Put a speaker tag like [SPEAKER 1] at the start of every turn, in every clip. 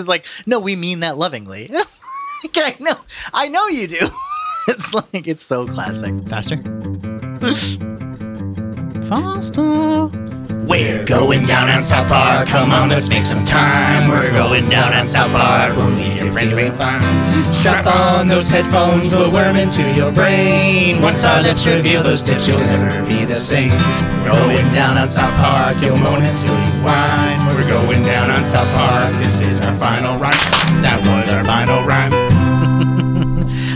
[SPEAKER 1] is like, no, we mean that lovingly. I know, I know you do. it's like it's so classic.
[SPEAKER 2] Faster. Faster.
[SPEAKER 3] We're going down on South Park. Come on, let's make some time. We're going down on South Park. We'll lead your friend away fine. Strap on those headphones, we'll worm into your brain. Once our lips reveal those tips, you'll never be the same. Going down on South Park, you'll moan until you whine. We're going down on South Park. This is our final rhyme. That was our final rhyme.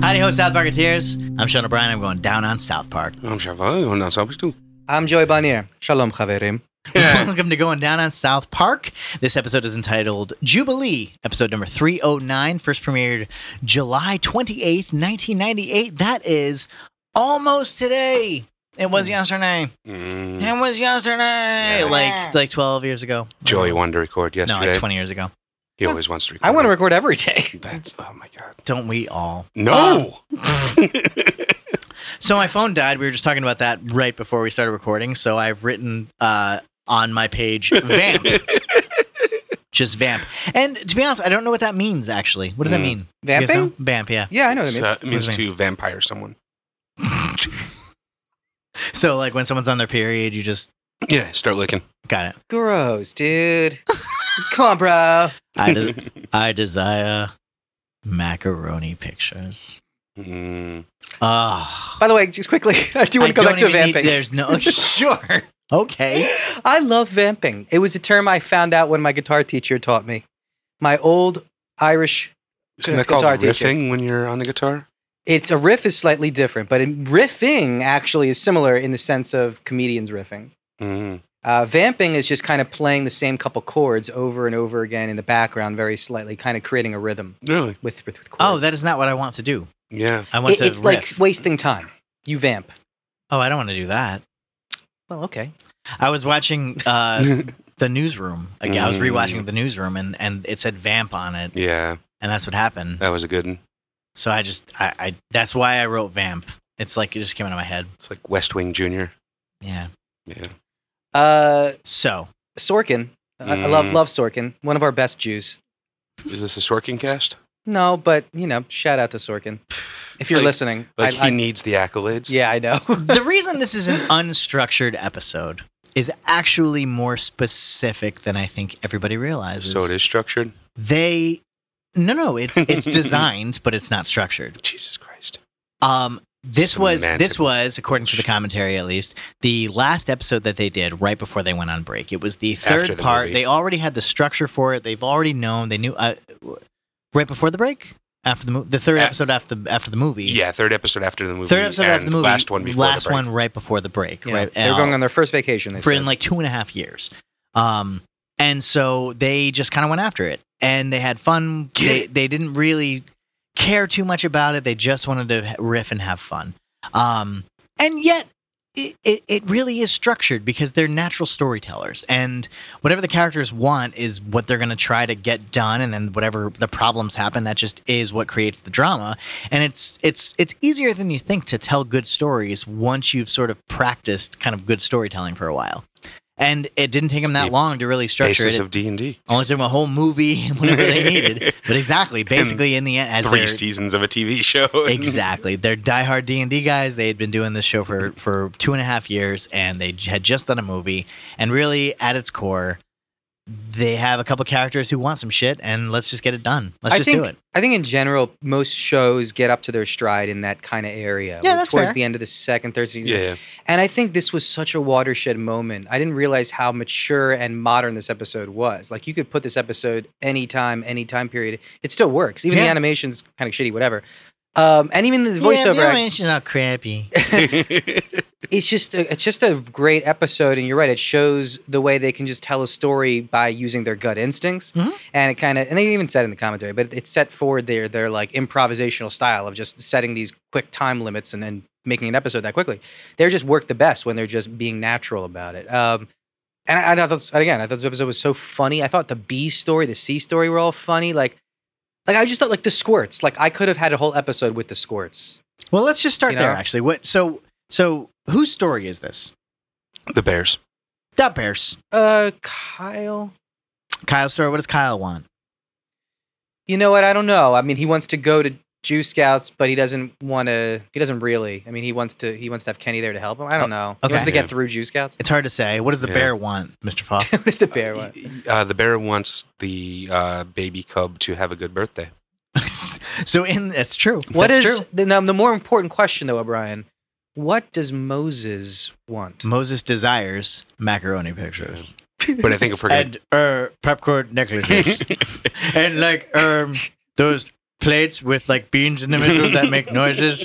[SPEAKER 1] Howdy ho, South Parketeers. I'm Sean O'Brien. I'm going down on South Park.
[SPEAKER 4] I'm Shavon on South Park too.
[SPEAKER 5] I'm Joey Bonnier. Shalom, Haverim.
[SPEAKER 1] Welcome to Going Down on South Park. This episode is entitled Jubilee, episode number 309, first premiered July 28th, 1998. That is almost today. It
[SPEAKER 4] Hmm.
[SPEAKER 1] was yesterday.
[SPEAKER 4] Mm.
[SPEAKER 1] It was yesterday.
[SPEAKER 4] Yeah.
[SPEAKER 1] Like like 12 years ago.
[SPEAKER 4] Joey wanted to record
[SPEAKER 1] No,
[SPEAKER 4] yesterday.
[SPEAKER 1] like 20 years ago.
[SPEAKER 4] He always wants to record.
[SPEAKER 5] I want to record every day.
[SPEAKER 4] That's oh my god.
[SPEAKER 1] Don't we all?
[SPEAKER 4] No.
[SPEAKER 1] So my phone died. We were just talking about that right before we started recording. So I've written uh, on my page vamp, just vamp. And to be honest, I don't know what that means actually. What does that
[SPEAKER 4] Mm.
[SPEAKER 1] mean? You guys
[SPEAKER 5] Vamping?
[SPEAKER 1] know? Vamp, yeah.
[SPEAKER 5] Yeah, I know what it
[SPEAKER 4] So
[SPEAKER 5] means.
[SPEAKER 4] that means
[SPEAKER 1] What does it
[SPEAKER 4] to vampire someone.
[SPEAKER 1] So like when someone's on their period, you just
[SPEAKER 4] Yeah, start licking.
[SPEAKER 1] got it.
[SPEAKER 5] Gross, dude. Come on, bro.
[SPEAKER 1] I des- I desire macaroni pictures.
[SPEAKER 4] Mm.
[SPEAKER 1] Oh.
[SPEAKER 5] By the way, just quickly, I do
[SPEAKER 1] I
[SPEAKER 5] want to go
[SPEAKER 1] don't
[SPEAKER 5] back to
[SPEAKER 1] even need-
[SPEAKER 5] vamping.
[SPEAKER 1] there's no sure. Okay.
[SPEAKER 5] I love vamping. It was a term I found out when my guitar teacher taught me. My old Irish,
[SPEAKER 4] Isn't that
[SPEAKER 5] Guitar
[SPEAKER 4] called
[SPEAKER 5] teacher.
[SPEAKER 4] riffing when you're on the guitar?
[SPEAKER 5] it's a riff is slightly different, but in, riffing actually is similar in the sense of comedians riffing.
[SPEAKER 4] Mm.
[SPEAKER 5] Uh, vamping is just kind of playing the same couple chords over and over again in the background, very slightly, kind of creating a rhythm
[SPEAKER 4] Really?
[SPEAKER 5] with with, with chords.
[SPEAKER 1] Oh, that is not what I want to do.
[SPEAKER 4] Yeah.
[SPEAKER 1] I want
[SPEAKER 5] It-
[SPEAKER 1] to
[SPEAKER 5] it's like
[SPEAKER 1] riff.
[SPEAKER 5] wasting time. You vamp.
[SPEAKER 1] Oh, I don't want to do that.
[SPEAKER 5] Well, okay.
[SPEAKER 1] I was watching uh, the newsroom. Like, I was
[SPEAKER 4] Mm.
[SPEAKER 1] rewatching the newsroom, and, and it said vamp on it,
[SPEAKER 4] yeah,
[SPEAKER 1] and that's what happened.
[SPEAKER 4] that was a good one.
[SPEAKER 1] So I just, I, I that's why I wrote vamp. It's like it just came out of my head.
[SPEAKER 4] It's like West Wing Junior.
[SPEAKER 1] Yeah.
[SPEAKER 4] Yeah.
[SPEAKER 5] Uh,
[SPEAKER 1] So
[SPEAKER 5] Sorkin. I, I love
[SPEAKER 1] Mm.
[SPEAKER 5] love Sorkin. One of our best Jews.
[SPEAKER 4] Is this a Sorkin cast?
[SPEAKER 5] No, but you know, shout out to Sorkin. If you're
[SPEAKER 4] Like-
[SPEAKER 5] listening,
[SPEAKER 4] Like
[SPEAKER 5] I,
[SPEAKER 4] he
[SPEAKER 5] I,
[SPEAKER 4] needs the accolades.
[SPEAKER 5] yeah, I know.
[SPEAKER 1] the reason this is an unstructured episode is actually more specific than I think everybody realizes.
[SPEAKER 4] So it is structured.
[SPEAKER 1] They, no, no, it's it's designed, but it's not structured.
[SPEAKER 4] Jesus Christ.
[SPEAKER 1] Um, this was this
[SPEAKER 4] Semantic
[SPEAKER 1] was according to the commentary at least the last episode that they did right before they went on break. It was the third
[SPEAKER 4] After the
[SPEAKER 1] part.
[SPEAKER 4] movie.
[SPEAKER 1] They already had the structure for it. They've already known. They knew uh, right before the break after the mo- the third
[SPEAKER 4] A-
[SPEAKER 1] episode after the after the movie.
[SPEAKER 4] Yeah, third episode after the movie.
[SPEAKER 1] Third episode
[SPEAKER 4] and
[SPEAKER 1] after the movie.
[SPEAKER 4] Last one before
[SPEAKER 1] Last
[SPEAKER 4] the break.
[SPEAKER 1] one right before the break.
[SPEAKER 5] Yeah,
[SPEAKER 1] Right.
[SPEAKER 5] they were
[SPEAKER 1] Uh,
[SPEAKER 5] going on their first vacation. They
[SPEAKER 1] for in
[SPEAKER 5] said.
[SPEAKER 1] like two and a half years. Um, and so they just kind of went after it and they had fun.
[SPEAKER 4] Get
[SPEAKER 1] They, they didn't really care too much about it. They just wanted to h- riff and have fun. Um, and yet, it, it, it really is structured because they're natural storytellers and whatever the characters want is what they're going to try to get done and then whatever the problems happen that just is what creates the drama and it's it's it's easier than you think to tell good stories once you've sort of practiced kind of good storytelling for a while and it didn't take them that
[SPEAKER 4] The
[SPEAKER 1] long to really structure
[SPEAKER 4] Basis
[SPEAKER 1] it.
[SPEAKER 4] of D and D.
[SPEAKER 1] Only took them a whole movie and whatever they needed. But exactly, basically in the end, as
[SPEAKER 4] Three
[SPEAKER 1] they're-
[SPEAKER 4] seasons of a TV show.
[SPEAKER 1] exactly. They're diehard D and D guys. They had been doing this show for for two and a half years, and they j- had just done a movie. And really, at its core, they have a couple characters who want some shit, and let's just get it done. Let's
[SPEAKER 5] I
[SPEAKER 1] just
[SPEAKER 5] think,
[SPEAKER 1] do it.
[SPEAKER 5] I think in general, most shows get up to their stride in that kind of area.
[SPEAKER 1] Yeah,
[SPEAKER 5] like,
[SPEAKER 1] that's
[SPEAKER 5] towards
[SPEAKER 1] fair.
[SPEAKER 5] the end of the second, third season.
[SPEAKER 4] Yeah.
[SPEAKER 5] And I think this was such a watershed moment. I didn't realize how mature and modern this episode was. Like you could put this episode anytime, any time period. It still works. Even
[SPEAKER 1] Yeah.
[SPEAKER 5] the animation's kind of shitty, whatever. Um, and even the voiceover
[SPEAKER 1] Yeah,
[SPEAKER 5] act-
[SPEAKER 1] animation not crappy.
[SPEAKER 5] it's just a, it's just a great episode and you're right it shows the way they can just tell a story by using their gut instincts
[SPEAKER 1] Mhm.
[SPEAKER 5] and it kind of and they even said in the commentary but it set forward their their like improvisational style of just setting these quick time limits and then making an episode that quickly they just work the best when they're just being natural about it um and I, I thought this- again I thought this episode was so funny I thought the B story the C story were all funny like like I just thought like the squirts like I could have had a whole episode with the squirts
[SPEAKER 1] Well, let's just start
[SPEAKER 5] You
[SPEAKER 1] there.
[SPEAKER 5] know?
[SPEAKER 1] Actually, what? So, so whose story is this?
[SPEAKER 4] The Bears.
[SPEAKER 1] That Bears.
[SPEAKER 5] uh Kyle
[SPEAKER 1] Kyle's story. What does Kyle want?
[SPEAKER 5] You know what? I don't know. I mean, he wants to go to Jew Scouts, but he doesn't want to. He doesn't really. I mean, he wants to. He wants to have Kenny there to help him. I don't know. He wants
[SPEAKER 1] Oh, okay.
[SPEAKER 5] to get
[SPEAKER 4] Yeah.
[SPEAKER 5] through Jew Scouts.
[SPEAKER 1] It's hard to say. What does the
[SPEAKER 4] Yeah.
[SPEAKER 1] bear want, Mr. Fox?
[SPEAKER 5] It's the bear one.
[SPEAKER 4] Uh, the bear wants the uh, baby cub to have a good birthday.
[SPEAKER 1] so in that's true.
[SPEAKER 5] What
[SPEAKER 1] That's
[SPEAKER 5] is
[SPEAKER 1] true.
[SPEAKER 5] the, now, the more important question, though, O'Brien? What does Moses want?
[SPEAKER 1] Moses desires macaroni pictures
[SPEAKER 4] But I think if we're gonna,
[SPEAKER 1] and uh, popcorn necklaces and like um those plates with like beans in the middle that make noises.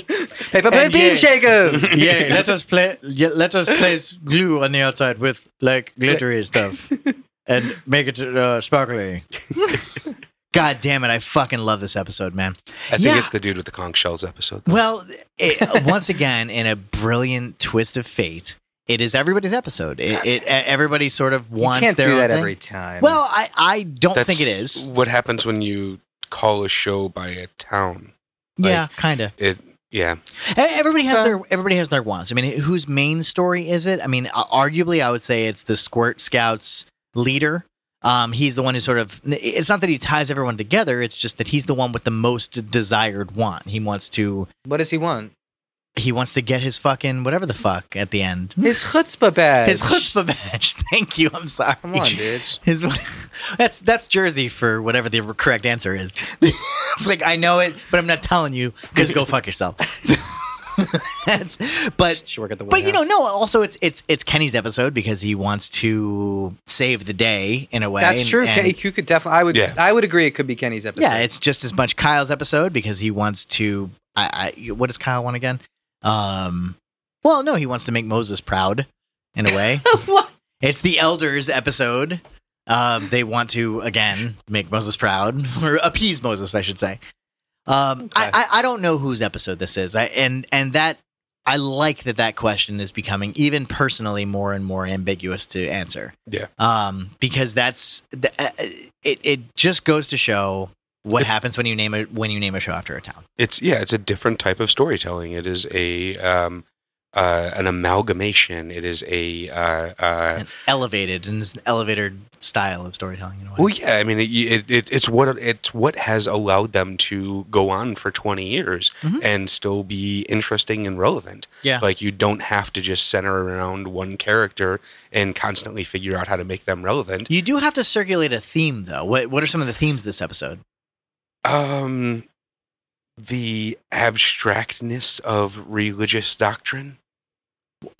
[SPEAKER 5] Paper
[SPEAKER 1] And
[SPEAKER 5] plate
[SPEAKER 1] yeah.
[SPEAKER 5] bean shakers.
[SPEAKER 1] Yeah, let us play. Yeah, let us place glue on the outside with like glittery stuff and make it uh, sparkly. God damn it! I fucking love this episode, man.
[SPEAKER 4] I think
[SPEAKER 1] Yeah.
[SPEAKER 4] it's the dude with the conch shells episode.
[SPEAKER 1] Well, it, once again, in a brilliant twist of fate, it is everybody's episode. It, it everybody sort of
[SPEAKER 5] You
[SPEAKER 1] wants
[SPEAKER 5] can't
[SPEAKER 1] their
[SPEAKER 5] do
[SPEAKER 1] own
[SPEAKER 5] that
[SPEAKER 1] thing.
[SPEAKER 5] every time.
[SPEAKER 1] Well, I I don't
[SPEAKER 4] That's
[SPEAKER 1] think it is.
[SPEAKER 4] What happens when you call a show by a town? like-
[SPEAKER 1] yeah, kind of.
[SPEAKER 4] It yeah.
[SPEAKER 1] Everybody has their everybody has their wants. I mean, whose main story is it? I mean, a- arguably, I would say it's the Squirt Scouts leader. Um, he's the one who sort of. It's not that he ties everyone together. It's just that he's the one with the most desired want. He wants to.
[SPEAKER 5] what does he want?
[SPEAKER 1] He wants to get his fucking whatever the fuck at the end.
[SPEAKER 5] His chutzpah badge.
[SPEAKER 1] His chutzpah badge. Thank you. I'm sorry.
[SPEAKER 5] Come on, dude.
[SPEAKER 1] His, that's that's Jersey for whatever the correct answer is. it's like I know it, but I'm not telling you because go fuck yourself. that's, but
[SPEAKER 5] Should work at the
[SPEAKER 1] but you know
[SPEAKER 5] warehouse.
[SPEAKER 1] no. Also, it's it's it's Kenny's episode because he wants to save the day in a way.
[SPEAKER 5] that's true.
[SPEAKER 1] and-
[SPEAKER 5] Ken- you could definitely. I would.
[SPEAKER 4] Yeah.
[SPEAKER 5] I would agree. It could be Kenny's episode.
[SPEAKER 1] yeah, it's just as much Kyle's episode because he wants to. I, I what does Kyle want again? Um, well, no, he wants to make Moses proud in a way.
[SPEAKER 5] What?
[SPEAKER 1] It's the elders episode. Um, they want to again make Moses proud or appease Moses, I should say. Um, I,
[SPEAKER 5] Okay.
[SPEAKER 1] I I don't know whose episode this is. I and and that I like that that question is becoming even personally more and more ambiguous to answer.
[SPEAKER 4] Yeah.
[SPEAKER 1] Um, because that's th- uh, it. It just goes to show what
[SPEAKER 4] It's-
[SPEAKER 1] happens when you name a when you name a show after a town.
[SPEAKER 4] It's yeah. It's a different type of storytelling. It is a um, uh, an amalgamation. It is a uh, uh,
[SPEAKER 1] An elevated and it's an elevated style of storytelling in a way.
[SPEAKER 4] well, yeah. I mean, it, it, it, it's what it's what has allowed them to go on for twenty years
[SPEAKER 1] Mhm.
[SPEAKER 4] and still be interesting and relevant.
[SPEAKER 1] Yeah.
[SPEAKER 4] like you don't have to just center around one character and constantly figure out how to make them relevant.
[SPEAKER 1] You do have to circulate a theme, though. What What are some of the themes this episode?
[SPEAKER 4] Um, the abstractness of religious doctrine.
[SPEAKER 1] Um,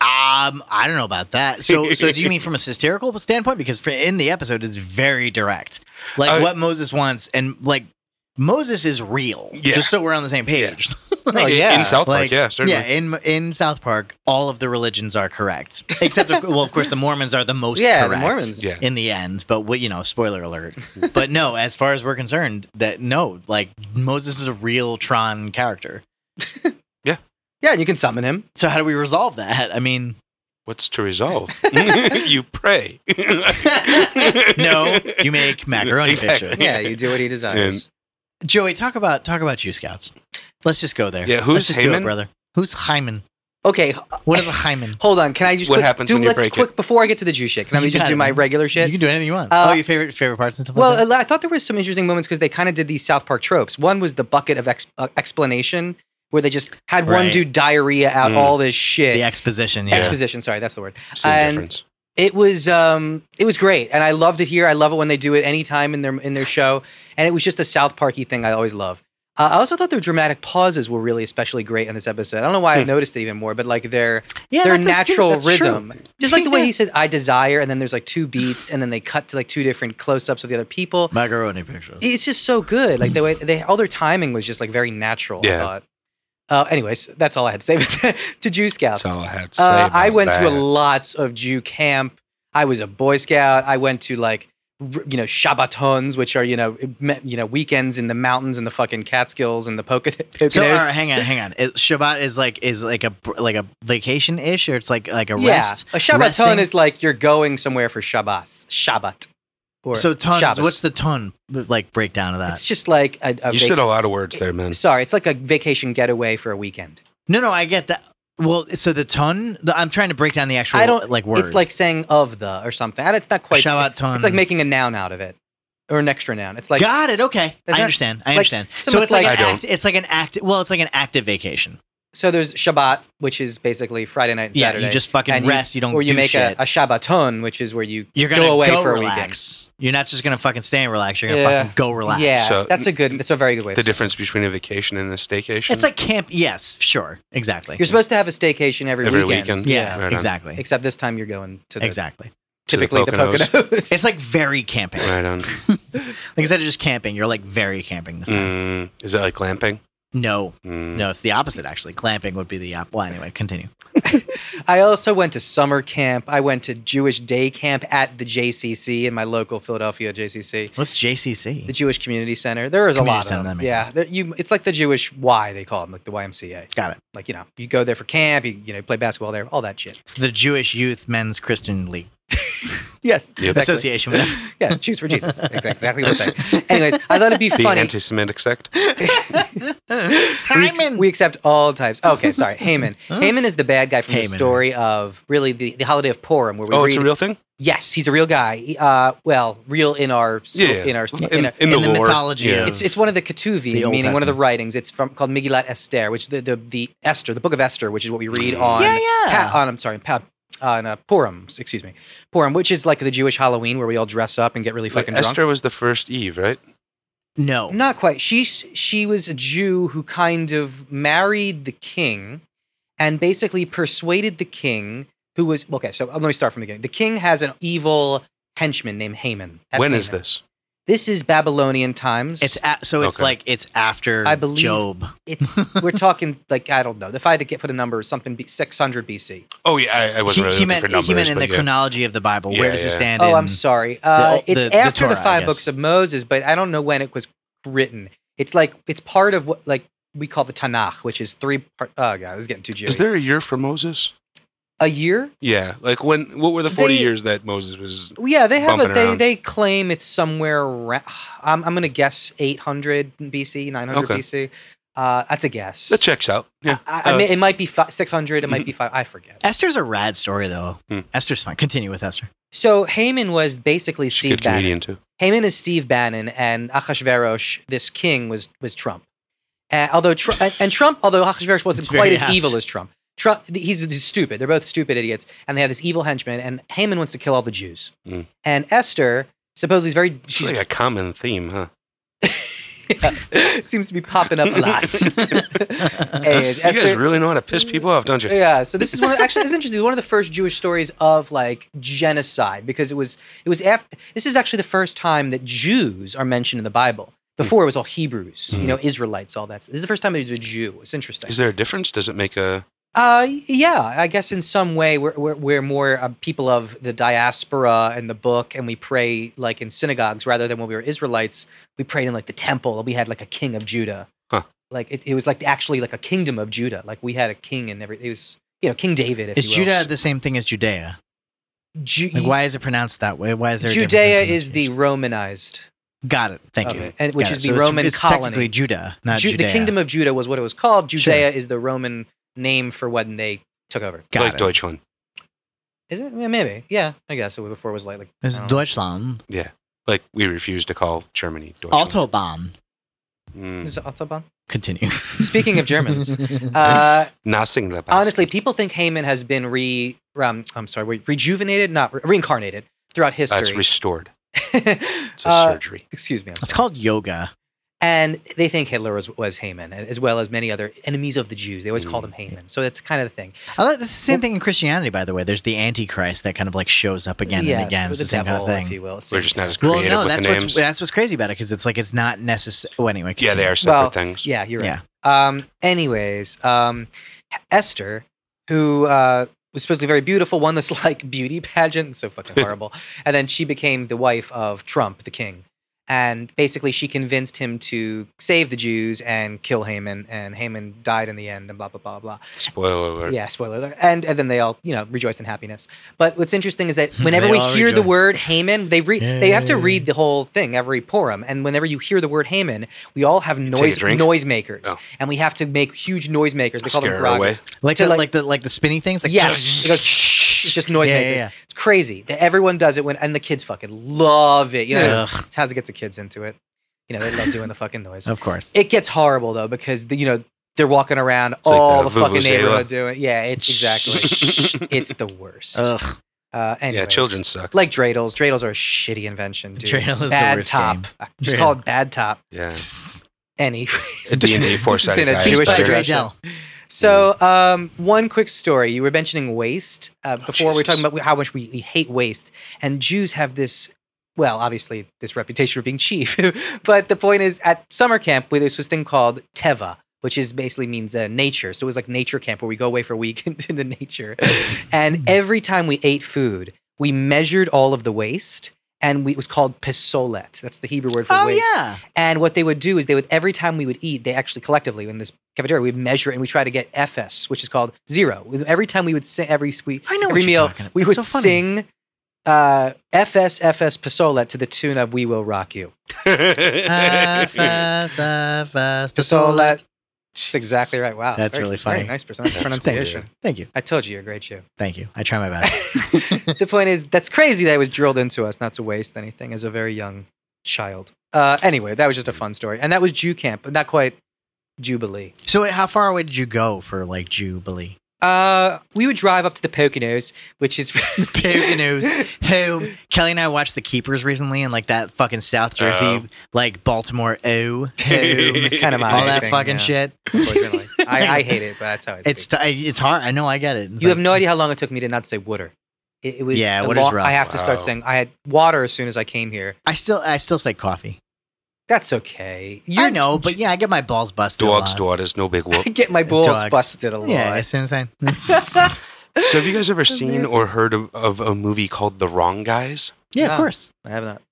[SPEAKER 1] I don't know about that. So, so do you mean from a satirical standpoint? Because for, in the episode, it's very direct, like
[SPEAKER 4] Uh,
[SPEAKER 1] what Moses wants, and like Moses is real.
[SPEAKER 4] Yeah.
[SPEAKER 1] Just so we're on the same page.
[SPEAKER 5] Oh,
[SPEAKER 4] In-
[SPEAKER 5] yeah.
[SPEAKER 4] in South Park,
[SPEAKER 1] Like,
[SPEAKER 4] yeah, certainly.
[SPEAKER 1] yeah, in in South Park, all of the religions are correct, except of, well, of course, the Mormons are the most
[SPEAKER 5] yeah,
[SPEAKER 1] correct
[SPEAKER 5] the Mormons.
[SPEAKER 4] Yeah.
[SPEAKER 1] in the end. But what you know, spoiler alert. but no, as far as we're concerned, that no, like Moses is a real Tron character.
[SPEAKER 5] Yeah, you can summon him.
[SPEAKER 1] So how do we resolve that? I mean.
[SPEAKER 4] What's to resolve? you pray. no,
[SPEAKER 1] no, you make macaroni
[SPEAKER 4] Exactly.
[SPEAKER 1] pictures.
[SPEAKER 5] Yeah, you do what he desires.
[SPEAKER 1] Joey, talk about talk about you scouts. Let's just go there.
[SPEAKER 4] Yeah, who's
[SPEAKER 1] Let's just do it,
[SPEAKER 4] Hyman?
[SPEAKER 1] brother? Who's Hyman?
[SPEAKER 5] okay, h-
[SPEAKER 1] What is a Hyman?
[SPEAKER 5] hold on. Can I just
[SPEAKER 4] What
[SPEAKER 5] quick,
[SPEAKER 4] happens
[SPEAKER 5] do
[SPEAKER 4] when you
[SPEAKER 5] let's
[SPEAKER 4] break
[SPEAKER 5] quick before I get to the Jew shit? Can I
[SPEAKER 1] You
[SPEAKER 5] just
[SPEAKER 1] got
[SPEAKER 5] do
[SPEAKER 1] it,
[SPEAKER 5] my
[SPEAKER 1] man.
[SPEAKER 5] regular
[SPEAKER 1] You
[SPEAKER 5] shit?
[SPEAKER 1] can do anything you want.
[SPEAKER 5] Uh,
[SPEAKER 1] oh, your favorite favorite parts and stuff. like
[SPEAKER 5] Well,
[SPEAKER 1] that?
[SPEAKER 5] I thought there were some interesting moments because they kind of did these South Park tropes. One was the bucket of ex- uh, explanation, where they just had one
[SPEAKER 1] Right.
[SPEAKER 5] dude diarrhea out
[SPEAKER 4] Mm.
[SPEAKER 5] all this shit.
[SPEAKER 1] the exposition. Yeah.
[SPEAKER 5] Exposition, sorry, that's the word.
[SPEAKER 4] Same
[SPEAKER 5] And-
[SPEAKER 4] difference.
[SPEAKER 5] It was um, it was great, and I loved it here. I love it when they do it anytime in their in their show, and it was just a South Parky thing I always love. Uh, I also thought their dramatic pauses were really especially great in this episode. I don't know why I
[SPEAKER 4] Hmm.
[SPEAKER 5] noticed it even more, but like their
[SPEAKER 1] yeah,
[SPEAKER 5] their
[SPEAKER 1] that's- that's true.
[SPEAKER 5] natural
[SPEAKER 1] That's true.
[SPEAKER 5] rhythm. Just like the way he said, I desire, and then there's like two beats, and then they cut to like two different close ups of the other people.
[SPEAKER 1] Macaroni pictures.
[SPEAKER 5] It's just so good. Like the way they, all their timing was just like very natural, I
[SPEAKER 4] Yeah.
[SPEAKER 5] thought. Uh, anyways, that's all I had to say to Jew Scouts.
[SPEAKER 4] That's all I had to say.
[SPEAKER 5] Uh, I
[SPEAKER 4] about
[SPEAKER 5] went to
[SPEAKER 4] that.
[SPEAKER 5] a lot of Jew camp. I was a Boy Scout. I went to like, r- you know, Shabbatons, which are you know, me- you know, weekends in the mountains in the fucking Catskills and the Poca- Poconos.
[SPEAKER 1] So all right, hang on, hang on. Is Shabbat is like is like a br- like a vacation ish, or it's like like a
[SPEAKER 5] yeah,
[SPEAKER 1] rest.
[SPEAKER 5] a Shabbaton
[SPEAKER 1] resting?
[SPEAKER 5] is like you're going somewhere for Shabbat, Shabbat, or
[SPEAKER 1] So tons.
[SPEAKER 5] Shabbos.
[SPEAKER 1] What's the ton like breakdown of that?
[SPEAKER 5] It's just like a, a
[SPEAKER 4] You
[SPEAKER 5] vac-
[SPEAKER 4] said a lot of words there, man.
[SPEAKER 5] sorry, it's like a vacation getaway for a weekend.
[SPEAKER 1] No, no, I get that. Well, so the ton. The, I'm trying to break down the actual.
[SPEAKER 5] I don't-
[SPEAKER 1] like word.
[SPEAKER 5] It's like saying of the or something. And It's not quite.
[SPEAKER 1] Shabbat ton.
[SPEAKER 5] It's like making a noun out of it. or an extra noun. It's like
[SPEAKER 1] Got it. Okay,
[SPEAKER 5] Is
[SPEAKER 1] I
[SPEAKER 5] that-
[SPEAKER 1] understand. I
[SPEAKER 5] like,
[SPEAKER 1] understand.
[SPEAKER 5] it's
[SPEAKER 1] So
[SPEAKER 5] almost
[SPEAKER 1] it's like,
[SPEAKER 4] like-
[SPEAKER 1] an
[SPEAKER 4] I
[SPEAKER 1] act, it's like an act. Well, it's like an active vacation.
[SPEAKER 5] so. There's Shabbat, which is basically Friday night and
[SPEAKER 1] Yeah,
[SPEAKER 5] Saturday.
[SPEAKER 1] you just fucking
[SPEAKER 5] and
[SPEAKER 1] rest. You, don't.
[SPEAKER 5] or you
[SPEAKER 1] do
[SPEAKER 5] make a,
[SPEAKER 1] shit.
[SPEAKER 5] a Shabbaton, which is where you
[SPEAKER 1] You're gonna
[SPEAKER 5] go away for
[SPEAKER 1] relax. You're not just gonna fucking stay and relax. You're gonna
[SPEAKER 5] Yeah.
[SPEAKER 1] fucking go
[SPEAKER 5] a
[SPEAKER 1] relax.
[SPEAKER 5] weekend. Yeah,
[SPEAKER 4] So-
[SPEAKER 5] that's a good. That's a very good way.
[SPEAKER 4] The
[SPEAKER 5] of saying
[SPEAKER 4] difference between a vacation and a staycation.
[SPEAKER 1] It's like camp. Yes, sure, exactly.
[SPEAKER 5] it. You're supposed to have a staycation every,
[SPEAKER 4] every
[SPEAKER 5] weekend.
[SPEAKER 4] weekend.
[SPEAKER 1] yeah,
[SPEAKER 4] Right on.
[SPEAKER 1] exactly,
[SPEAKER 5] Except this time you're going to the,
[SPEAKER 1] exactly.
[SPEAKER 4] To the
[SPEAKER 5] typically the Poconos.
[SPEAKER 4] Poconos.
[SPEAKER 1] It's like very camping.
[SPEAKER 4] Right on.
[SPEAKER 1] Like instead of just camping, you're like very camping. This time.
[SPEAKER 4] Mm, is that like glamping?
[SPEAKER 1] No,
[SPEAKER 4] Mm.
[SPEAKER 1] no, it's the opposite actually. Clamping would be the app. Well, anyway, continue.
[SPEAKER 5] I also went to summer camp. I went to Jewish day camp at the JCC in my local Philadelphia JCC,
[SPEAKER 1] What's JCC?
[SPEAKER 5] the Jewish Community Center. There is a
[SPEAKER 1] Community
[SPEAKER 5] lot
[SPEAKER 1] center,
[SPEAKER 5] of
[SPEAKER 1] that
[SPEAKER 5] them.
[SPEAKER 1] makes
[SPEAKER 5] Yeah,
[SPEAKER 1] sense.
[SPEAKER 5] there- you, it's like the Jewish Y they call them, like the YMCA.
[SPEAKER 1] Got it.
[SPEAKER 5] Like you know, you go there for camp. You you know, play basketball there, all that shit.
[SPEAKER 1] It's the Jewish Youth Men's Christian League
[SPEAKER 5] Yes,
[SPEAKER 4] Yep.
[SPEAKER 5] exactly.
[SPEAKER 1] Association. whatever.
[SPEAKER 5] yes, choose for Jesus. That's exactly what I say. Anyways, I thought it'd be
[SPEAKER 4] The
[SPEAKER 5] funny.
[SPEAKER 4] anti-Semitic sect.
[SPEAKER 5] We, ex-
[SPEAKER 1] Hyman.
[SPEAKER 5] we accept all types. Okay, sorry. Haman. Haman is the bad guy from the
[SPEAKER 1] Haman.
[SPEAKER 5] story of really the, the holiday of Purim, where we
[SPEAKER 4] Oh,
[SPEAKER 5] read
[SPEAKER 4] it's a real thing.
[SPEAKER 5] Yes, he's a real guy. He- Uh, well, real in our sco-
[SPEAKER 4] Yeah, yeah.
[SPEAKER 5] in our
[SPEAKER 4] In,
[SPEAKER 5] in a,
[SPEAKER 4] in the,
[SPEAKER 1] in the
[SPEAKER 4] lore.
[SPEAKER 1] mythology of-
[SPEAKER 5] it's it's one of the Ketuvim,
[SPEAKER 1] The Old
[SPEAKER 5] meaning one of the writings. It's from called Megillat Esther, which the, the the Esther, the book of Esther, which is what we read on
[SPEAKER 1] yeah, yeah.
[SPEAKER 5] Pa- on I'm sorry, pa- on uh, Purim, excuse me, Purim, which is like the Jewish Halloween where we all dress up and get really
[SPEAKER 4] Like
[SPEAKER 5] fucking drunk.
[SPEAKER 4] Esther was the first Eve, right?
[SPEAKER 1] no.
[SPEAKER 5] Not quite. She she was a Jew who kind of married the king, and basically persuaded the king, who was okay. So let me start from the beginning. The king has an evil henchman named Haman. That's
[SPEAKER 4] when is
[SPEAKER 5] Haman.
[SPEAKER 4] this?
[SPEAKER 5] This is Babylonian times.
[SPEAKER 1] It's a, so it's
[SPEAKER 4] Okay.
[SPEAKER 1] like it's after
[SPEAKER 5] I believe-
[SPEAKER 1] Job.
[SPEAKER 5] it's we're talking like I don't know. If I had to get, put a number, something be 600 BC.
[SPEAKER 4] Oh yeah, I, I
[SPEAKER 1] he,
[SPEAKER 4] wasn't
[SPEAKER 1] he
[SPEAKER 4] really looking
[SPEAKER 1] meant,
[SPEAKER 4] for numbers.
[SPEAKER 1] he meant in
[SPEAKER 4] but
[SPEAKER 1] the
[SPEAKER 4] yeah.
[SPEAKER 1] chronology of the Bible. Where
[SPEAKER 4] Yeah,
[SPEAKER 1] does it
[SPEAKER 4] yeah.
[SPEAKER 1] stand?
[SPEAKER 5] oh,
[SPEAKER 1] in,
[SPEAKER 5] I'm sorry. Uh,
[SPEAKER 1] the-
[SPEAKER 5] it's
[SPEAKER 1] the
[SPEAKER 5] after
[SPEAKER 1] Torah,
[SPEAKER 5] the
[SPEAKER 1] I
[SPEAKER 5] five
[SPEAKER 1] guess.
[SPEAKER 5] books of Moses, but I don't know when it was written. It's like it's part of what like we call the Tanakh, which is three. Part, oh god, this is getting too Jewish.
[SPEAKER 4] Is there a year for Moses?
[SPEAKER 5] a year?
[SPEAKER 4] Yeah, like when? What were the forty
[SPEAKER 5] They-
[SPEAKER 4] years that Moses was?
[SPEAKER 5] Well, Yeah, they have a
[SPEAKER 4] Bumping
[SPEAKER 5] they,
[SPEAKER 4] around.
[SPEAKER 5] they claim it's somewhere around, I'm I'm gonna guess 800 BC, 900
[SPEAKER 4] Okay.
[SPEAKER 5] BC. Uh, that's a guess.
[SPEAKER 4] That checks out. Yeah,
[SPEAKER 5] I, I
[SPEAKER 4] Uh,
[SPEAKER 5] mean, it might be fi- 600. It might be five. I forget.
[SPEAKER 1] Esther's a rad story though.
[SPEAKER 4] Hmm.
[SPEAKER 1] Esther's fine. Continue with Esther.
[SPEAKER 5] So Haman was basically
[SPEAKER 4] she's a
[SPEAKER 5] Steve
[SPEAKER 4] good
[SPEAKER 5] Bannon.
[SPEAKER 4] comedian too.
[SPEAKER 5] Haman is Steve Bannon, and Achashverosh, this king, was was Trump. And although Tru- and, and Trump, although Achashverosh wasn't
[SPEAKER 1] It's
[SPEAKER 5] quite
[SPEAKER 1] very
[SPEAKER 5] as
[SPEAKER 1] apt.
[SPEAKER 5] evil as Trump, Trump he's, he's stupid. They're both stupid idiots, and they have this evil henchman. And Haman wants to kill all the Jews.
[SPEAKER 4] Mm.
[SPEAKER 5] And Esther supposedly is very
[SPEAKER 4] She's
[SPEAKER 5] she's
[SPEAKER 4] like a common theme, huh?
[SPEAKER 5] seems to be popping up a lot. Anyways,
[SPEAKER 4] You guys
[SPEAKER 5] Esther,
[SPEAKER 4] really know how to piss people off, don't you?
[SPEAKER 5] yeah, so this is one of, actually it's interesting. It's One of the first Jewish stories of like genocide because it was it was after this is actually the first time that Jews are mentioned in the Bible. Before it was all Hebrews, you know, Israelites, all that. This is the first time it was a Jew. It's interesting.
[SPEAKER 4] Is there a difference? Does it make a?
[SPEAKER 5] Uh, yeah, I guess in some way we're we're, we're more uh, people of the diaspora and the book, and we pray like in synagogues rather than when we were Israelites. We prayed in like the temple. and We had like a king of Judah.
[SPEAKER 4] Huh.
[SPEAKER 5] Like it, it was like actually like a kingdom of Judah. Like we had a king and every it was you know King David. If
[SPEAKER 1] Is
[SPEAKER 5] you will.
[SPEAKER 1] Judah the same thing as Judea?
[SPEAKER 5] Ju-
[SPEAKER 1] Like, why is it pronounced that way? Why is there? a difference in
[SPEAKER 5] Judea is the
[SPEAKER 1] pronunciation?
[SPEAKER 5] Romanized,
[SPEAKER 1] Got it. Thank
[SPEAKER 5] Okay.
[SPEAKER 1] you.
[SPEAKER 5] And- which
[SPEAKER 1] Got
[SPEAKER 5] is
[SPEAKER 1] it.
[SPEAKER 5] the
[SPEAKER 1] So it's-
[SPEAKER 5] Roman
[SPEAKER 1] it's
[SPEAKER 5] colony.
[SPEAKER 1] Technically Judah, not
[SPEAKER 5] Ju- the
[SPEAKER 1] Judea.
[SPEAKER 5] kingdom of Judah was what it was called.
[SPEAKER 1] Sure.
[SPEAKER 5] Judea is the Roman name for when they took over.
[SPEAKER 1] Got
[SPEAKER 4] like
[SPEAKER 1] it.
[SPEAKER 4] Deutschland.
[SPEAKER 5] Is it? Yeah, maybe. Yeah, I guess it was before it was like, like
[SPEAKER 1] It's
[SPEAKER 5] I don't know.
[SPEAKER 1] Deutschland.
[SPEAKER 4] Like we refuse to call Germany Deutschland.
[SPEAKER 1] Autobahn.
[SPEAKER 4] Mm.
[SPEAKER 5] Is it Autobahn?
[SPEAKER 1] Continue.
[SPEAKER 5] Speaking of Germans, uh,
[SPEAKER 4] Nothing about
[SPEAKER 5] honestly, people think Haman has been re um, I'm sorry, re- rejuvenated, not re- reincarnated throughout
[SPEAKER 4] that's
[SPEAKER 5] history.
[SPEAKER 4] restored. It's a
[SPEAKER 5] Uh,
[SPEAKER 4] surgery.
[SPEAKER 5] excuse me. I'm
[SPEAKER 1] it's
[SPEAKER 5] sorry.
[SPEAKER 1] called yoga.
[SPEAKER 5] And they think Hitler was, was Haman, as well as many other enemies of the Jews. They always call
[SPEAKER 4] Mm.
[SPEAKER 5] them Haman. So that's kind of the thing.
[SPEAKER 1] I like, that's the same thing in Christianity, by the way. There's the Antichrist that kind of like shows up again
[SPEAKER 5] Yes,
[SPEAKER 1] and again. It's
[SPEAKER 5] the
[SPEAKER 1] the same
[SPEAKER 5] devil,
[SPEAKER 1] kind of
[SPEAKER 5] if
[SPEAKER 1] thing.
[SPEAKER 5] you will.
[SPEAKER 4] We're just not as
[SPEAKER 1] Well,
[SPEAKER 4] creative
[SPEAKER 1] no,
[SPEAKER 4] with
[SPEAKER 1] that's
[SPEAKER 4] the
[SPEAKER 1] what's
[SPEAKER 4] names.
[SPEAKER 1] that's what's crazy about it because it's like it's not necessary. Well, anyway,
[SPEAKER 4] Yeah, they
[SPEAKER 1] continue.
[SPEAKER 4] are separate
[SPEAKER 5] Well,
[SPEAKER 4] things.
[SPEAKER 5] Yeah, you're
[SPEAKER 1] Yeah.
[SPEAKER 5] right. Um, anyways, um, Esther, who uh, was supposed to be very beautiful, won this like beauty pageant, so fucking horrible. and then she became the wife of Trump, the king. And basically, she convinced him to save the Jews and kill Haman, and Haman died in the end, and blah blah blah blah.
[SPEAKER 4] Spoiler alert.
[SPEAKER 5] Yeah, spoiler alert. And and then they all you know rejoice in happiness. But what's interesting is that whenever
[SPEAKER 1] They
[SPEAKER 5] we
[SPEAKER 1] all
[SPEAKER 5] hear the
[SPEAKER 1] rejoice.
[SPEAKER 5] word Haman, they re- they have to
[SPEAKER 1] Yay.
[SPEAKER 5] read the whole thing every Purim. And whenever you hear the word Haman, we all have noise
[SPEAKER 4] drink?
[SPEAKER 5] noisemakers,
[SPEAKER 4] Oh.
[SPEAKER 5] and we have to make huge noisemakers. We call
[SPEAKER 4] Scare
[SPEAKER 5] them
[SPEAKER 4] her away.
[SPEAKER 5] groggas.
[SPEAKER 1] like
[SPEAKER 5] to,
[SPEAKER 1] the,
[SPEAKER 5] like-
[SPEAKER 1] like the like the spinny things. Like
[SPEAKER 5] Yes, it goes. it's just noisemakers.
[SPEAKER 1] Yeah, yeah, yeah.
[SPEAKER 5] It's crazy. that Everyone does it when, and the kids fucking love it. You know, it's,
[SPEAKER 1] Ugh,
[SPEAKER 5] it's how to get the kids into it. You know, they love doing the fucking noise.
[SPEAKER 1] of course.
[SPEAKER 5] It gets horrible though because the, you know they're walking around
[SPEAKER 4] like
[SPEAKER 5] all
[SPEAKER 4] the
[SPEAKER 5] the fucking
[SPEAKER 4] Vuvuzela.
[SPEAKER 5] neighborhood doing. Yeah, it's exactly. it's the worst. Uh,
[SPEAKER 1] Ugh.
[SPEAKER 4] yeah,
[SPEAKER 5] anyways.
[SPEAKER 4] children suck.
[SPEAKER 5] like dreidels. Dreidels are a shitty invention, dude.
[SPEAKER 1] Dreidel is the
[SPEAKER 5] bad
[SPEAKER 1] worst
[SPEAKER 5] top.
[SPEAKER 1] game.
[SPEAKER 5] Just
[SPEAKER 1] Dreidel.
[SPEAKER 5] call it bad top.
[SPEAKER 4] Yeah.
[SPEAKER 5] Any
[SPEAKER 4] A D&D four-sided
[SPEAKER 5] been a
[SPEAKER 4] die.
[SPEAKER 1] Peach
[SPEAKER 5] Jewish
[SPEAKER 1] by
[SPEAKER 4] Dreidel.
[SPEAKER 5] tradition.
[SPEAKER 1] Dreidel.
[SPEAKER 5] So, um, one quick story. You were mentioning waste uh, before. we were
[SPEAKER 4] Jesus.
[SPEAKER 5] talking about how much we, we hate waste, and Jews have this. Well, obviously, this reputation for being cheap. but the point is, at summer camp, we, there's this thing called teva, which is basically means uh, nature. So it was like nature camp where we go away for a week into the nature, and every time we ate food, we measured all of the waste, and we, it was called pisolet. That's the Hebrew word for
[SPEAKER 1] Oh
[SPEAKER 5] waste.
[SPEAKER 1] yeah.
[SPEAKER 5] And what they would do is they would every time we would eat, they actually collectively in this cafeteria we'd measure it and we try to get FS, which is called zero. Every time we would sing every we,
[SPEAKER 1] I know
[SPEAKER 5] every
[SPEAKER 1] what you're
[SPEAKER 5] meal
[SPEAKER 1] talking about.
[SPEAKER 5] we
[SPEAKER 1] It's
[SPEAKER 5] would
[SPEAKER 1] so funny.
[SPEAKER 5] sing uh, FS FS Pasola to the tune of "We Will Rock You." Pasola.
[SPEAKER 1] Pasola.
[SPEAKER 5] That's exactly right. Wow,
[SPEAKER 1] That's
[SPEAKER 5] very-
[SPEAKER 1] really
[SPEAKER 5] very
[SPEAKER 1] funny.
[SPEAKER 5] nice person- pronunciation.
[SPEAKER 1] Thank you.
[SPEAKER 5] I told you, you're a great Jew.
[SPEAKER 1] Thank you. I try my best.
[SPEAKER 5] the point is, that's crazy that it was drilled into us not to waste anything as a very young child. Uh, anyway, that was just a fun story, and that was Jew camp, but not quite Jubilee.
[SPEAKER 1] so wait, how far away did you go for like Jubilee?
[SPEAKER 5] Uh, we would drive up to the Poconos, which is
[SPEAKER 1] Poconos. Who Kelly and I watched The Keepers recently, and like that fucking South Jersey,
[SPEAKER 4] Oh.
[SPEAKER 1] like Baltimore O,
[SPEAKER 5] It's kind of my
[SPEAKER 1] all that
[SPEAKER 5] thing,
[SPEAKER 1] fucking
[SPEAKER 5] yeah,
[SPEAKER 1] shit.
[SPEAKER 5] Unfortunately, I, I hate it, but that's how it's.
[SPEAKER 1] It's t- I- it's hard. I know. I get it. It's
[SPEAKER 5] you
[SPEAKER 1] like-
[SPEAKER 5] have no idea how long it took me to not say water. It, it was
[SPEAKER 1] Yeah,
[SPEAKER 5] a
[SPEAKER 1] water's
[SPEAKER 5] long-
[SPEAKER 1] rough.
[SPEAKER 5] I have to start
[SPEAKER 4] Wow.
[SPEAKER 5] saying I had water as soon as I came here.
[SPEAKER 1] I still I still say coffee.
[SPEAKER 5] That's okay.
[SPEAKER 1] You I know, but yeah, I get my balls busted. a
[SPEAKER 4] Dogs,
[SPEAKER 1] lot.
[SPEAKER 4] daughters, no big whoop.
[SPEAKER 5] I get my balls
[SPEAKER 1] Dogs.
[SPEAKER 5] busted a lot.
[SPEAKER 1] Yeah, you see what I'm saying?
[SPEAKER 5] I
[SPEAKER 4] So, have you guys ever seen
[SPEAKER 5] Amazing.
[SPEAKER 4] or heard of, of a movie called The Wrong Guys,
[SPEAKER 1] yeah,
[SPEAKER 5] No.
[SPEAKER 1] of course.
[SPEAKER 5] have not.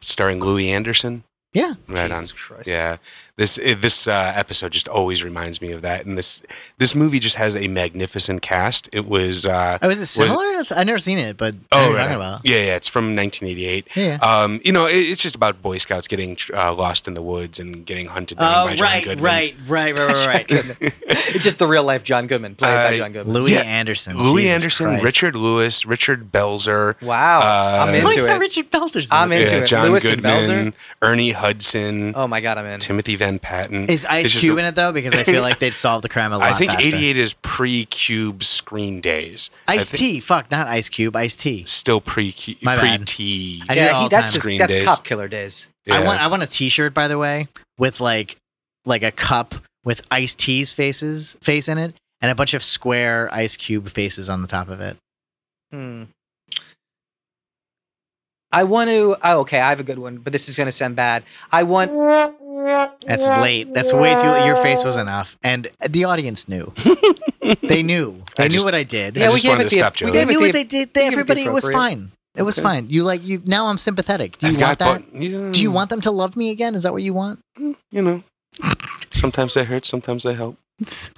[SPEAKER 4] starting Louis Anderson?
[SPEAKER 1] Yeah.
[SPEAKER 4] Right on.
[SPEAKER 5] Jesus Christ.
[SPEAKER 4] Yeah, this eh, this uh, episode just always reminds me of that, and this this movie just has a magnificent cast. It was uh,
[SPEAKER 1] Oh, is it similar? I've never seen it, but I know
[SPEAKER 4] oh
[SPEAKER 1] what you're
[SPEAKER 4] right,
[SPEAKER 1] talking about.
[SPEAKER 4] yeah, yeah, it's from 1988.
[SPEAKER 1] Yeah, yeah.
[SPEAKER 4] Um, you know, it, it's just about Boy Scouts getting uh, lost in the woods and getting hunted down by
[SPEAKER 1] Oh,
[SPEAKER 4] John
[SPEAKER 1] right, right,
[SPEAKER 4] Goodman.
[SPEAKER 1] right, right, right, right.
[SPEAKER 5] It's just the real life John Goodman played
[SPEAKER 4] Uh,
[SPEAKER 5] by John Goodman.
[SPEAKER 1] Louis
[SPEAKER 4] Yeah.
[SPEAKER 1] Anderson.
[SPEAKER 4] Louis
[SPEAKER 1] Jesus
[SPEAKER 4] Anderson,
[SPEAKER 1] Christ.
[SPEAKER 4] Richard Lewis, Richard Belzer,
[SPEAKER 5] Wow,
[SPEAKER 4] Uh,
[SPEAKER 5] I'm
[SPEAKER 4] Wait,
[SPEAKER 1] Wait,
[SPEAKER 5] into
[SPEAKER 1] no,
[SPEAKER 5] it.
[SPEAKER 1] Richard Belzer's.
[SPEAKER 5] I'm
[SPEAKER 1] in it.
[SPEAKER 5] into
[SPEAKER 4] yeah,
[SPEAKER 5] it.
[SPEAKER 4] John
[SPEAKER 5] Lewis and
[SPEAKER 4] Goodman, Ernie Hudson,
[SPEAKER 5] Oh my god, I'm in.
[SPEAKER 4] Timothy Van Patten.
[SPEAKER 1] Is Ice
[SPEAKER 4] It's just
[SPEAKER 1] Cube
[SPEAKER 4] a-
[SPEAKER 1] in it though? Because I feel like they'd solve the crime a lot
[SPEAKER 4] I think
[SPEAKER 1] faster.
[SPEAKER 4] 88 is pre-Cube screen days. I
[SPEAKER 1] Ice
[SPEAKER 4] thi-
[SPEAKER 1] T. Fuck, not Ice Cube. Ice T.
[SPEAKER 4] Still pre pre
[SPEAKER 1] My bad.
[SPEAKER 4] T.
[SPEAKER 1] I do that
[SPEAKER 5] yeah,
[SPEAKER 1] all
[SPEAKER 5] he,
[SPEAKER 1] the
[SPEAKER 5] that's
[SPEAKER 1] time.
[SPEAKER 5] just
[SPEAKER 4] Screen
[SPEAKER 5] that's
[SPEAKER 4] days.
[SPEAKER 5] cop killer days.
[SPEAKER 1] I want. I want a T-shirt, by the way, with like like a cup with Ice T's faces face in it, and a bunch of square Ice Cube faces on the top of it.
[SPEAKER 5] Hmm. I want to. Oh, okay, I have a good one, but this is going to sound bad. I want.
[SPEAKER 1] That's late. That's way too. late. Your face was enough, and the audience knew. they knew. They
[SPEAKER 4] I
[SPEAKER 1] knew
[SPEAKER 4] just-
[SPEAKER 1] what I did.
[SPEAKER 4] I
[SPEAKER 5] Yeah, we
[SPEAKER 4] just
[SPEAKER 5] gave
[SPEAKER 4] wanted
[SPEAKER 5] it
[SPEAKER 4] to
[SPEAKER 5] the.
[SPEAKER 4] stop
[SPEAKER 5] we
[SPEAKER 4] Joey.
[SPEAKER 1] they
[SPEAKER 5] gave it
[SPEAKER 1] knew
[SPEAKER 5] the.
[SPEAKER 1] what they did. They,
[SPEAKER 5] give it the
[SPEAKER 1] everybody. It was
[SPEAKER 5] appropriate.
[SPEAKER 1] fine. It was
[SPEAKER 5] Okay.
[SPEAKER 1] fine. You like you now. I'm sympathetic. Do you
[SPEAKER 4] I've
[SPEAKER 1] want
[SPEAKER 4] got Hmm.
[SPEAKER 1] that?
[SPEAKER 4] bun- yeah, Mm,
[SPEAKER 1] Do you want them to love me again? Is that what you want?
[SPEAKER 4] You know, sometimes they hurt, sometimes they help.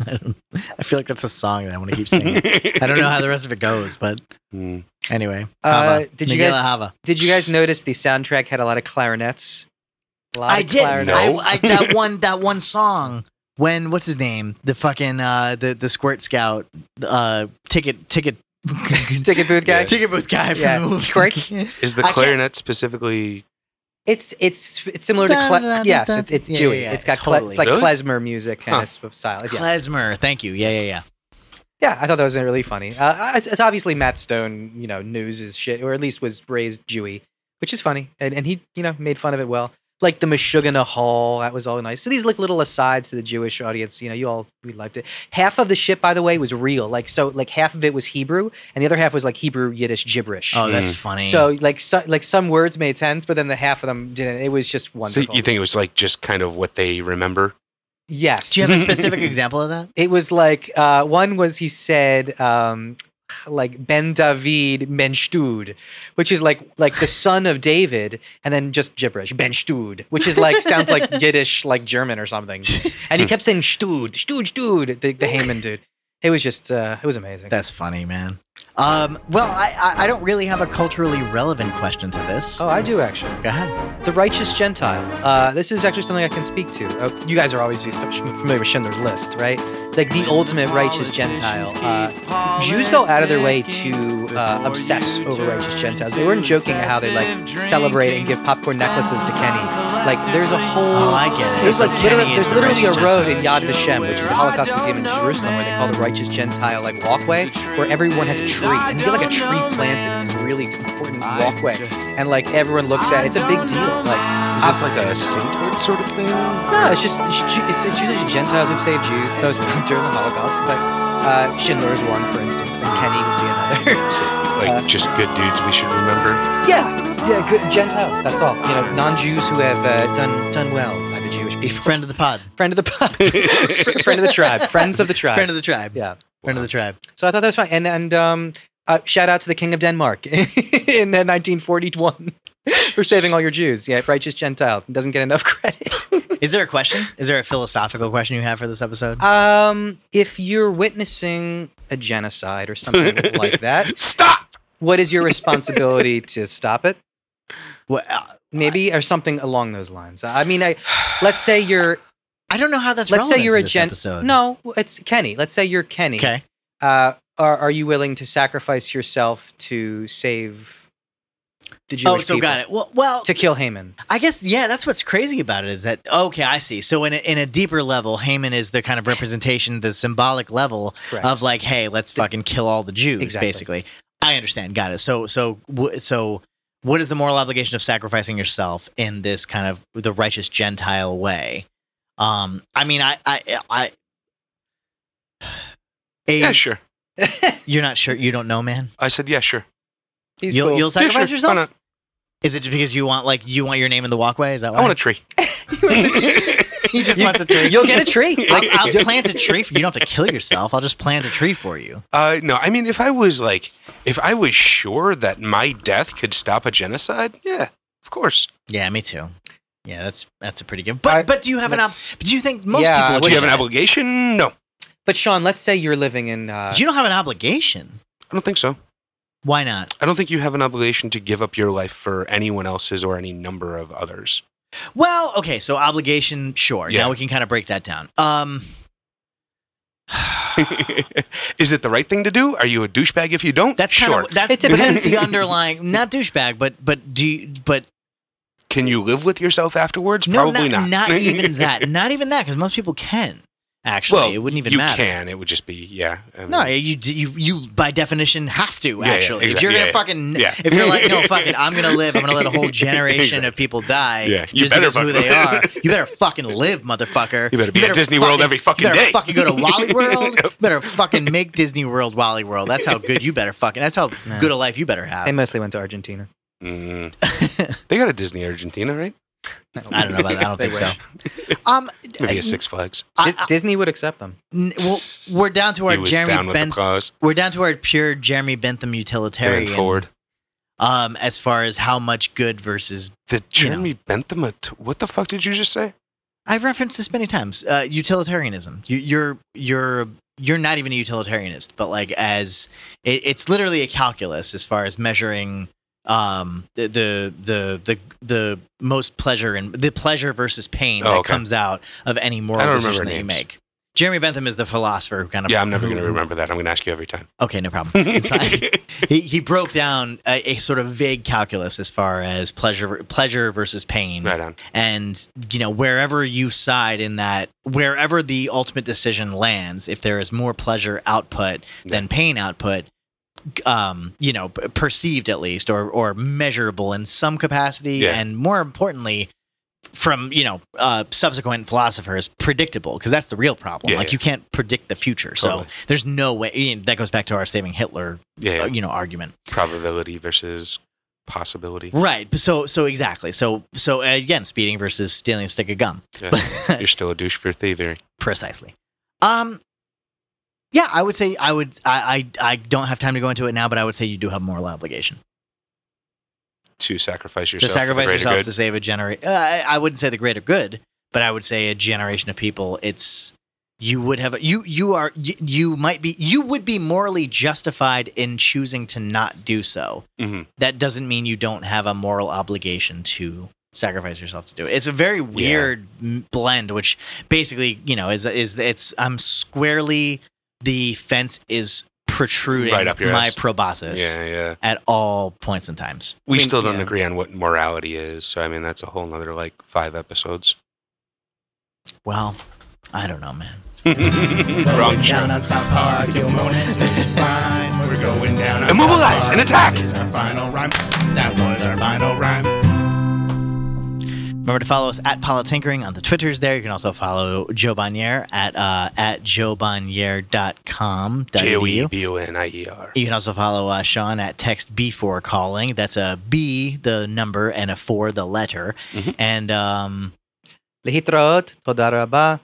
[SPEAKER 1] I don't- I feel like that's a song that I want to keep singing. I don't know how the rest of it goes, but
[SPEAKER 4] Hmm.
[SPEAKER 1] anyway.
[SPEAKER 5] Uh,
[SPEAKER 1] Hava.
[SPEAKER 5] did you
[SPEAKER 1] Miguel
[SPEAKER 5] guys-
[SPEAKER 1] Hava.
[SPEAKER 5] Did you guys notice the soundtrack had a lot of clarinets? A lot
[SPEAKER 1] I
[SPEAKER 5] of
[SPEAKER 1] did.
[SPEAKER 5] clarinets.
[SPEAKER 1] I,
[SPEAKER 4] No.
[SPEAKER 1] I, that one. That one song. When what's his name? The fucking uh, the the Squirt Scout uh, ticket ticket
[SPEAKER 5] Ticket booth guy.
[SPEAKER 4] Yeah.
[SPEAKER 1] ticket booth guy from
[SPEAKER 5] Yeah.
[SPEAKER 1] the movie.
[SPEAKER 5] Squirt.
[SPEAKER 4] Is the
[SPEAKER 1] I can't-
[SPEAKER 4] clarinet specifically?
[SPEAKER 5] It's it's it's similar to
[SPEAKER 1] Dun, dun,
[SPEAKER 5] cle-
[SPEAKER 1] dun,
[SPEAKER 5] yes,
[SPEAKER 1] dun.
[SPEAKER 5] it's it's
[SPEAKER 1] Yeah,
[SPEAKER 5] Jewy.
[SPEAKER 1] yeah,
[SPEAKER 5] it's got cle-
[SPEAKER 1] totally.
[SPEAKER 5] it's like
[SPEAKER 4] Really?
[SPEAKER 5] klezmer music kind
[SPEAKER 4] Huh.
[SPEAKER 5] of of style. Yes.
[SPEAKER 1] Klezmer. Thank you. Yeah, yeah, yeah.
[SPEAKER 5] Yeah, I thought that was really funny. Uh, it's, it's obviously Matt Stone, you know, news is shit, or at least was raised Jewy, which is funny, and and he, you know, made fun of it well. Like the Meshuggah Hall, that was all nice. So these like little asides to the Jewish audience, you know, you all we liked it. Half of the shit, by the way, was real. Like so, like half of it was Hebrew, and the other half was like Hebrew Yiddish gibberish.
[SPEAKER 1] Oh, that's
[SPEAKER 4] Mm.
[SPEAKER 1] funny.
[SPEAKER 5] so like so, like some words made sense, but then the half of them didn't. It was just
[SPEAKER 4] So
[SPEAKER 5] wonderful.
[SPEAKER 4] you think it was like just kind of what they remember?
[SPEAKER 5] Yes.
[SPEAKER 1] do you have a specific example of that?
[SPEAKER 5] It was like uh, one was he said um, like Ben David Menshtud, which is like like the son of David, and then just gibberish Benshtud, which is like sounds like Yiddish, like German or something. And he kept saying Stud, Stud, Stud, the, the Haman dude. It was just uh, it was amazing.
[SPEAKER 1] That's funny, man. Um, well, I, I I don't really have a culturally relevant question to this.
[SPEAKER 5] oh, I do actually.
[SPEAKER 1] Go ahead.
[SPEAKER 5] The righteous Oh, Gentile. Uh, this is actually something I can speak to. Uh, you guys are always familiar with Schindler's List, right? like the ultimate righteous Gentile. Uh, Jews go out of their way to uh, obsess over righteous Gentiles. They weren't joking how they like celebrate and give popcorn necklaces to Kenny. Like there's a whole.
[SPEAKER 1] Oh, I get it.
[SPEAKER 5] There's like
[SPEAKER 1] Kenny
[SPEAKER 5] literally,
[SPEAKER 1] is
[SPEAKER 5] there's
[SPEAKER 1] the
[SPEAKER 5] literally a
[SPEAKER 1] righteous
[SPEAKER 5] road in Yad Vashem, which is the Holocaust Museum in Jerusalem, where they call the righteous Gentile like walkway, where everyone has a tree and you get like a tree planted in this really important walkway, and like everyone looks at. it. It's a big deal. Like.
[SPEAKER 4] Is this like
[SPEAKER 1] Ah.
[SPEAKER 4] a sainthood sort of thing?
[SPEAKER 5] No, it's just it's, ju- it's, it's usually Gentiles who've saved Jews, most of them during the Holocaust. But uh, Schindler is one, for instance, and Kenny would be another.
[SPEAKER 4] Like
[SPEAKER 5] Uh,
[SPEAKER 4] just good dudes we should remember.
[SPEAKER 5] yeah, yeah, good Gentiles. That's all. You know, non-Jews who have uh, done done well by the Jewish people.
[SPEAKER 1] Friend of the pod.
[SPEAKER 5] Friend of the pub, Fr- friend of the tribe, friends of the tribe.
[SPEAKER 1] Friend of the tribe.
[SPEAKER 5] yeah.
[SPEAKER 1] Friend of the tribe.
[SPEAKER 5] So I thought that was fun, and and um, uh, shout out to the King of Denmark in uh, 1941 for saving all your Jews. Yeah, righteous Gentile doesn't get enough credit.
[SPEAKER 1] Is there a question? Is there a philosophical question you have for this episode?
[SPEAKER 5] Um, if you're witnessing a genocide or something like that,
[SPEAKER 4] Stop!
[SPEAKER 5] what is your responsibility to stop it?
[SPEAKER 1] Well, uh,
[SPEAKER 5] Maybe or something along those lines. I mean, I let's say you're
[SPEAKER 1] I don't know how that's.
[SPEAKER 5] let's say
[SPEAKER 1] relevant
[SPEAKER 5] you're
[SPEAKER 1] to
[SPEAKER 5] a
[SPEAKER 1] this
[SPEAKER 5] gent.
[SPEAKER 1] episode.
[SPEAKER 5] No, it's Kenny. Let's say you're Kenny.
[SPEAKER 1] Okay.
[SPEAKER 5] Uh, are are you willing to sacrifice yourself to save the Jewish
[SPEAKER 1] oh, so
[SPEAKER 5] people
[SPEAKER 1] got it. Well, well,
[SPEAKER 5] to kill Haman?
[SPEAKER 1] I guess yeah. That's what's crazy about it is that okay, I see. So in a, in a deeper level, Haman is the kind of representation, the symbolic level
[SPEAKER 5] Correct.
[SPEAKER 1] of like, hey, let's fucking kill all the Jews,
[SPEAKER 5] Exactly.
[SPEAKER 1] basically. I understand. Got it. So, so, wh- so, what is the moral obligation of sacrificing yourself in this kind of the righteous Gentile way? Um, I mean, I, I, I. Abe,
[SPEAKER 4] Yeah, sure.
[SPEAKER 1] you're not sure. You don't know, man.
[SPEAKER 4] I said, yeah, sure.
[SPEAKER 5] He's
[SPEAKER 1] You'll,
[SPEAKER 5] cool.
[SPEAKER 1] you'll
[SPEAKER 4] Yeah,
[SPEAKER 1] sacrifice
[SPEAKER 4] sure. Why
[SPEAKER 1] yourself.
[SPEAKER 4] not?
[SPEAKER 1] Is it just because you want, like, you want your name in the walkway? Is that why?
[SPEAKER 4] I want a tree.
[SPEAKER 1] he just wants a tree.
[SPEAKER 5] you'll get a tree.
[SPEAKER 1] I'll, I'll plant a tree. For, you don't have to kill yourself. I'll just plant a tree for you.
[SPEAKER 4] Uh, no, I mean, if I was like, if I was sure that my death could stop a genocide, yeah, of course.
[SPEAKER 1] Yeah, me too. Yeah, that's that's a pretty good. But
[SPEAKER 5] I-
[SPEAKER 1] but do you have an op-
[SPEAKER 5] Let's-
[SPEAKER 1] Do you think most
[SPEAKER 5] Yeah,
[SPEAKER 1] people?
[SPEAKER 5] I
[SPEAKER 1] would
[SPEAKER 4] Do you have an
[SPEAKER 1] say-
[SPEAKER 4] obligation? No, I
[SPEAKER 5] But Sean, let's say you're living in uh,
[SPEAKER 1] You don't have an obligation.
[SPEAKER 4] don't think so.
[SPEAKER 1] Why not?
[SPEAKER 4] I don't think you have an obligation to give up your life for anyone else's or any number of others.
[SPEAKER 1] Well, okay, so obligation, sure.
[SPEAKER 4] Yeah.
[SPEAKER 1] Now we can kind of break that down. Um,
[SPEAKER 4] Is it the right thing to do? Are you a douchebag if you don't?
[SPEAKER 1] that's kind
[SPEAKER 4] sure.
[SPEAKER 1] of that's,
[SPEAKER 5] It
[SPEAKER 1] that's
[SPEAKER 5] depends.
[SPEAKER 1] the underlying not douchebag, but but do you, but
[SPEAKER 4] Can you live with yourself afterwards?
[SPEAKER 1] no,
[SPEAKER 4] Probably not.
[SPEAKER 1] even that, not even that, because most people can actually.
[SPEAKER 4] Well,
[SPEAKER 1] it wouldn't even
[SPEAKER 4] you
[SPEAKER 1] matter.
[SPEAKER 4] can. It would just be yeah. I mean-
[SPEAKER 1] No, you d- you you by definition have to
[SPEAKER 4] Yeah, yeah,
[SPEAKER 1] actually. if
[SPEAKER 4] exact-
[SPEAKER 1] you're
[SPEAKER 4] yeah,
[SPEAKER 1] gonna
[SPEAKER 4] yeah.
[SPEAKER 1] fucking
[SPEAKER 4] Yeah.
[SPEAKER 1] if you're like no fuck it, I'm gonna live. I'm gonna let a whole generation of people die
[SPEAKER 4] Yeah, you
[SPEAKER 1] just
[SPEAKER 4] better
[SPEAKER 1] because of who they
[SPEAKER 4] fucking live.
[SPEAKER 1] are. You better fucking live, motherfucker.
[SPEAKER 4] You better be at Disney World every fucking
[SPEAKER 1] you better
[SPEAKER 4] day.
[SPEAKER 1] Fucking go to Wally World. You better fucking make Disney World Wally World. That's how good you better fucking. That's how
[SPEAKER 5] Nah.
[SPEAKER 1] good a life you better have.
[SPEAKER 5] they mostly went to Argentina.
[SPEAKER 4] Mm. they got a Disney Argentina, right?
[SPEAKER 1] I don't know about that. I don't
[SPEAKER 5] They
[SPEAKER 1] think
[SPEAKER 5] wish.
[SPEAKER 1] so. Um,
[SPEAKER 4] Maybe a Six Flags.
[SPEAKER 1] I-
[SPEAKER 5] Dis-
[SPEAKER 1] I-
[SPEAKER 5] Disney would accept them.
[SPEAKER 1] n- well, we're down to our
[SPEAKER 4] He was down
[SPEAKER 1] Jeremy
[SPEAKER 4] with the
[SPEAKER 1] Bentham.
[SPEAKER 4] claws.
[SPEAKER 1] We're down to our pure Jeremy Bentham
[SPEAKER 4] Going
[SPEAKER 1] utilitarian.
[SPEAKER 4] forward.
[SPEAKER 1] um, as far as how much good versus.
[SPEAKER 4] The Jeremy Bentham. at- What the fuck did you just say?
[SPEAKER 1] I've referenced this many times. Uh, utilitarianism. You, you're you're you're not even a utilitarianist, but like as it, it's literally a calculus as far as measuring um the the the the, the most pleasure and the pleasure versus pain
[SPEAKER 4] Oh,
[SPEAKER 1] that
[SPEAKER 4] okay.
[SPEAKER 1] comes out of any
[SPEAKER 4] I
[SPEAKER 1] moral
[SPEAKER 4] don't
[SPEAKER 1] decision
[SPEAKER 4] remember
[SPEAKER 1] that you
[SPEAKER 4] names.
[SPEAKER 1] make. Jeremy Bentham is the philosopher who kind of
[SPEAKER 4] Yeah, I'm never
[SPEAKER 1] who-
[SPEAKER 4] going to remember that. I'm going to ask you every time.
[SPEAKER 1] Okay, no problem. It's fine. he, he broke down a, a sort of vague calculus as far as pleasure pleasure versus pain
[SPEAKER 4] right on.
[SPEAKER 1] and you know wherever you side in that wherever the ultimate decision lands if there is more pleasure output than pain output um you know p- perceived at least or or measurable in some capacity
[SPEAKER 4] Yeah.
[SPEAKER 1] and more importantly from you know uh subsequent philosophers predictable because that's the real problem
[SPEAKER 4] Yeah,
[SPEAKER 1] like
[SPEAKER 4] yeah.
[SPEAKER 1] you can't predict the future
[SPEAKER 4] Totally.
[SPEAKER 1] so there's no way you know, that goes back to our saving hitler
[SPEAKER 4] Yeah,
[SPEAKER 1] uh,
[SPEAKER 4] yeah.
[SPEAKER 1] you know argument
[SPEAKER 4] probability versus possibility.
[SPEAKER 1] right so so exactly so so uh, again speeding versus stealing a stick of gum
[SPEAKER 4] Yeah. You're still a douche for thievery.
[SPEAKER 1] precisely um yeah i would say i would I, I i don't have time to go into it now but i would say you do have a moral obligation
[SPEAKER 4] To sacrifice
[SPEAKER 1] to
[SPEAKER 4] yourself. for the
[SPEAKER 1] sacrifice
[SPEAKER 4] greater
[SPEAKER 1] yourself
[SPEAKER 4] good.
[SPEAKER 1] to save a generation uh, I, I wouldn't say the greater good but i would say a generation of people it's you would have you you are you, you might be you would be morally justified in choosing to not do so
[SPEAKER 4] Mhm.
[SPEAKER 1] that doesn't mean you don't have a moral obligation to sacrifice yourself to do it. It's a very weird m blend, which basically, you know, is is it's I'm squarely the fence is protruding
[SPEAKER 4] Right up your
[SPEAKER 1] my
[SPEAKER 4] ass.
[SPEAKER 1] proboscis
[SPEAKER 4] Yeah, yeah.
[SPEAKER 1] at all points and times.
[SPEAKER 4] We
[SPEAKER 5] I mean,
[SPEAKER 4] still don't
[SPEAKER 5] yeah.
[SPEAKER 4] agree on what morality is. So I mean, that's a whole nother like five episodes.
[SPEAKER 1] Well, I don't know, man.
[SPEAKER 4] Wrong show.
[SPEAKER 3] down on South Park, Gilmore and Steve Vine. We're going down on
[SPEAKER 4] Immobilize
[SPEAKER 3] South Park.
[SPEAKER 4] and attack.
[SPEAKER 3] This is our final rhyme. That was our final rhyme.
[SPEAKER 1] Remember to follow us at Politinkering on the Twitters there. You can also follow Joe Bonnier at uh, at joebonnier.com.
[SPEAKER 4] J o e b o n i e r.
[SPEAKER 1] You can also follow uh, Sean at text B4 calling. That's a B, the number, and a four, the letter.
[SPEAKER 4] Mhm.
[SPEAKER 1] And um,
[SPEAKER 5] Lehitraot, todaraba,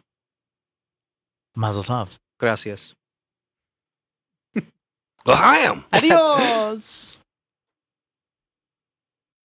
[SPEAKER 1] Mazel Tov.
[SPEAKER 5] gracias.
[SPEAKER 4] L'chaim.
[SPEAKER 1] Adios.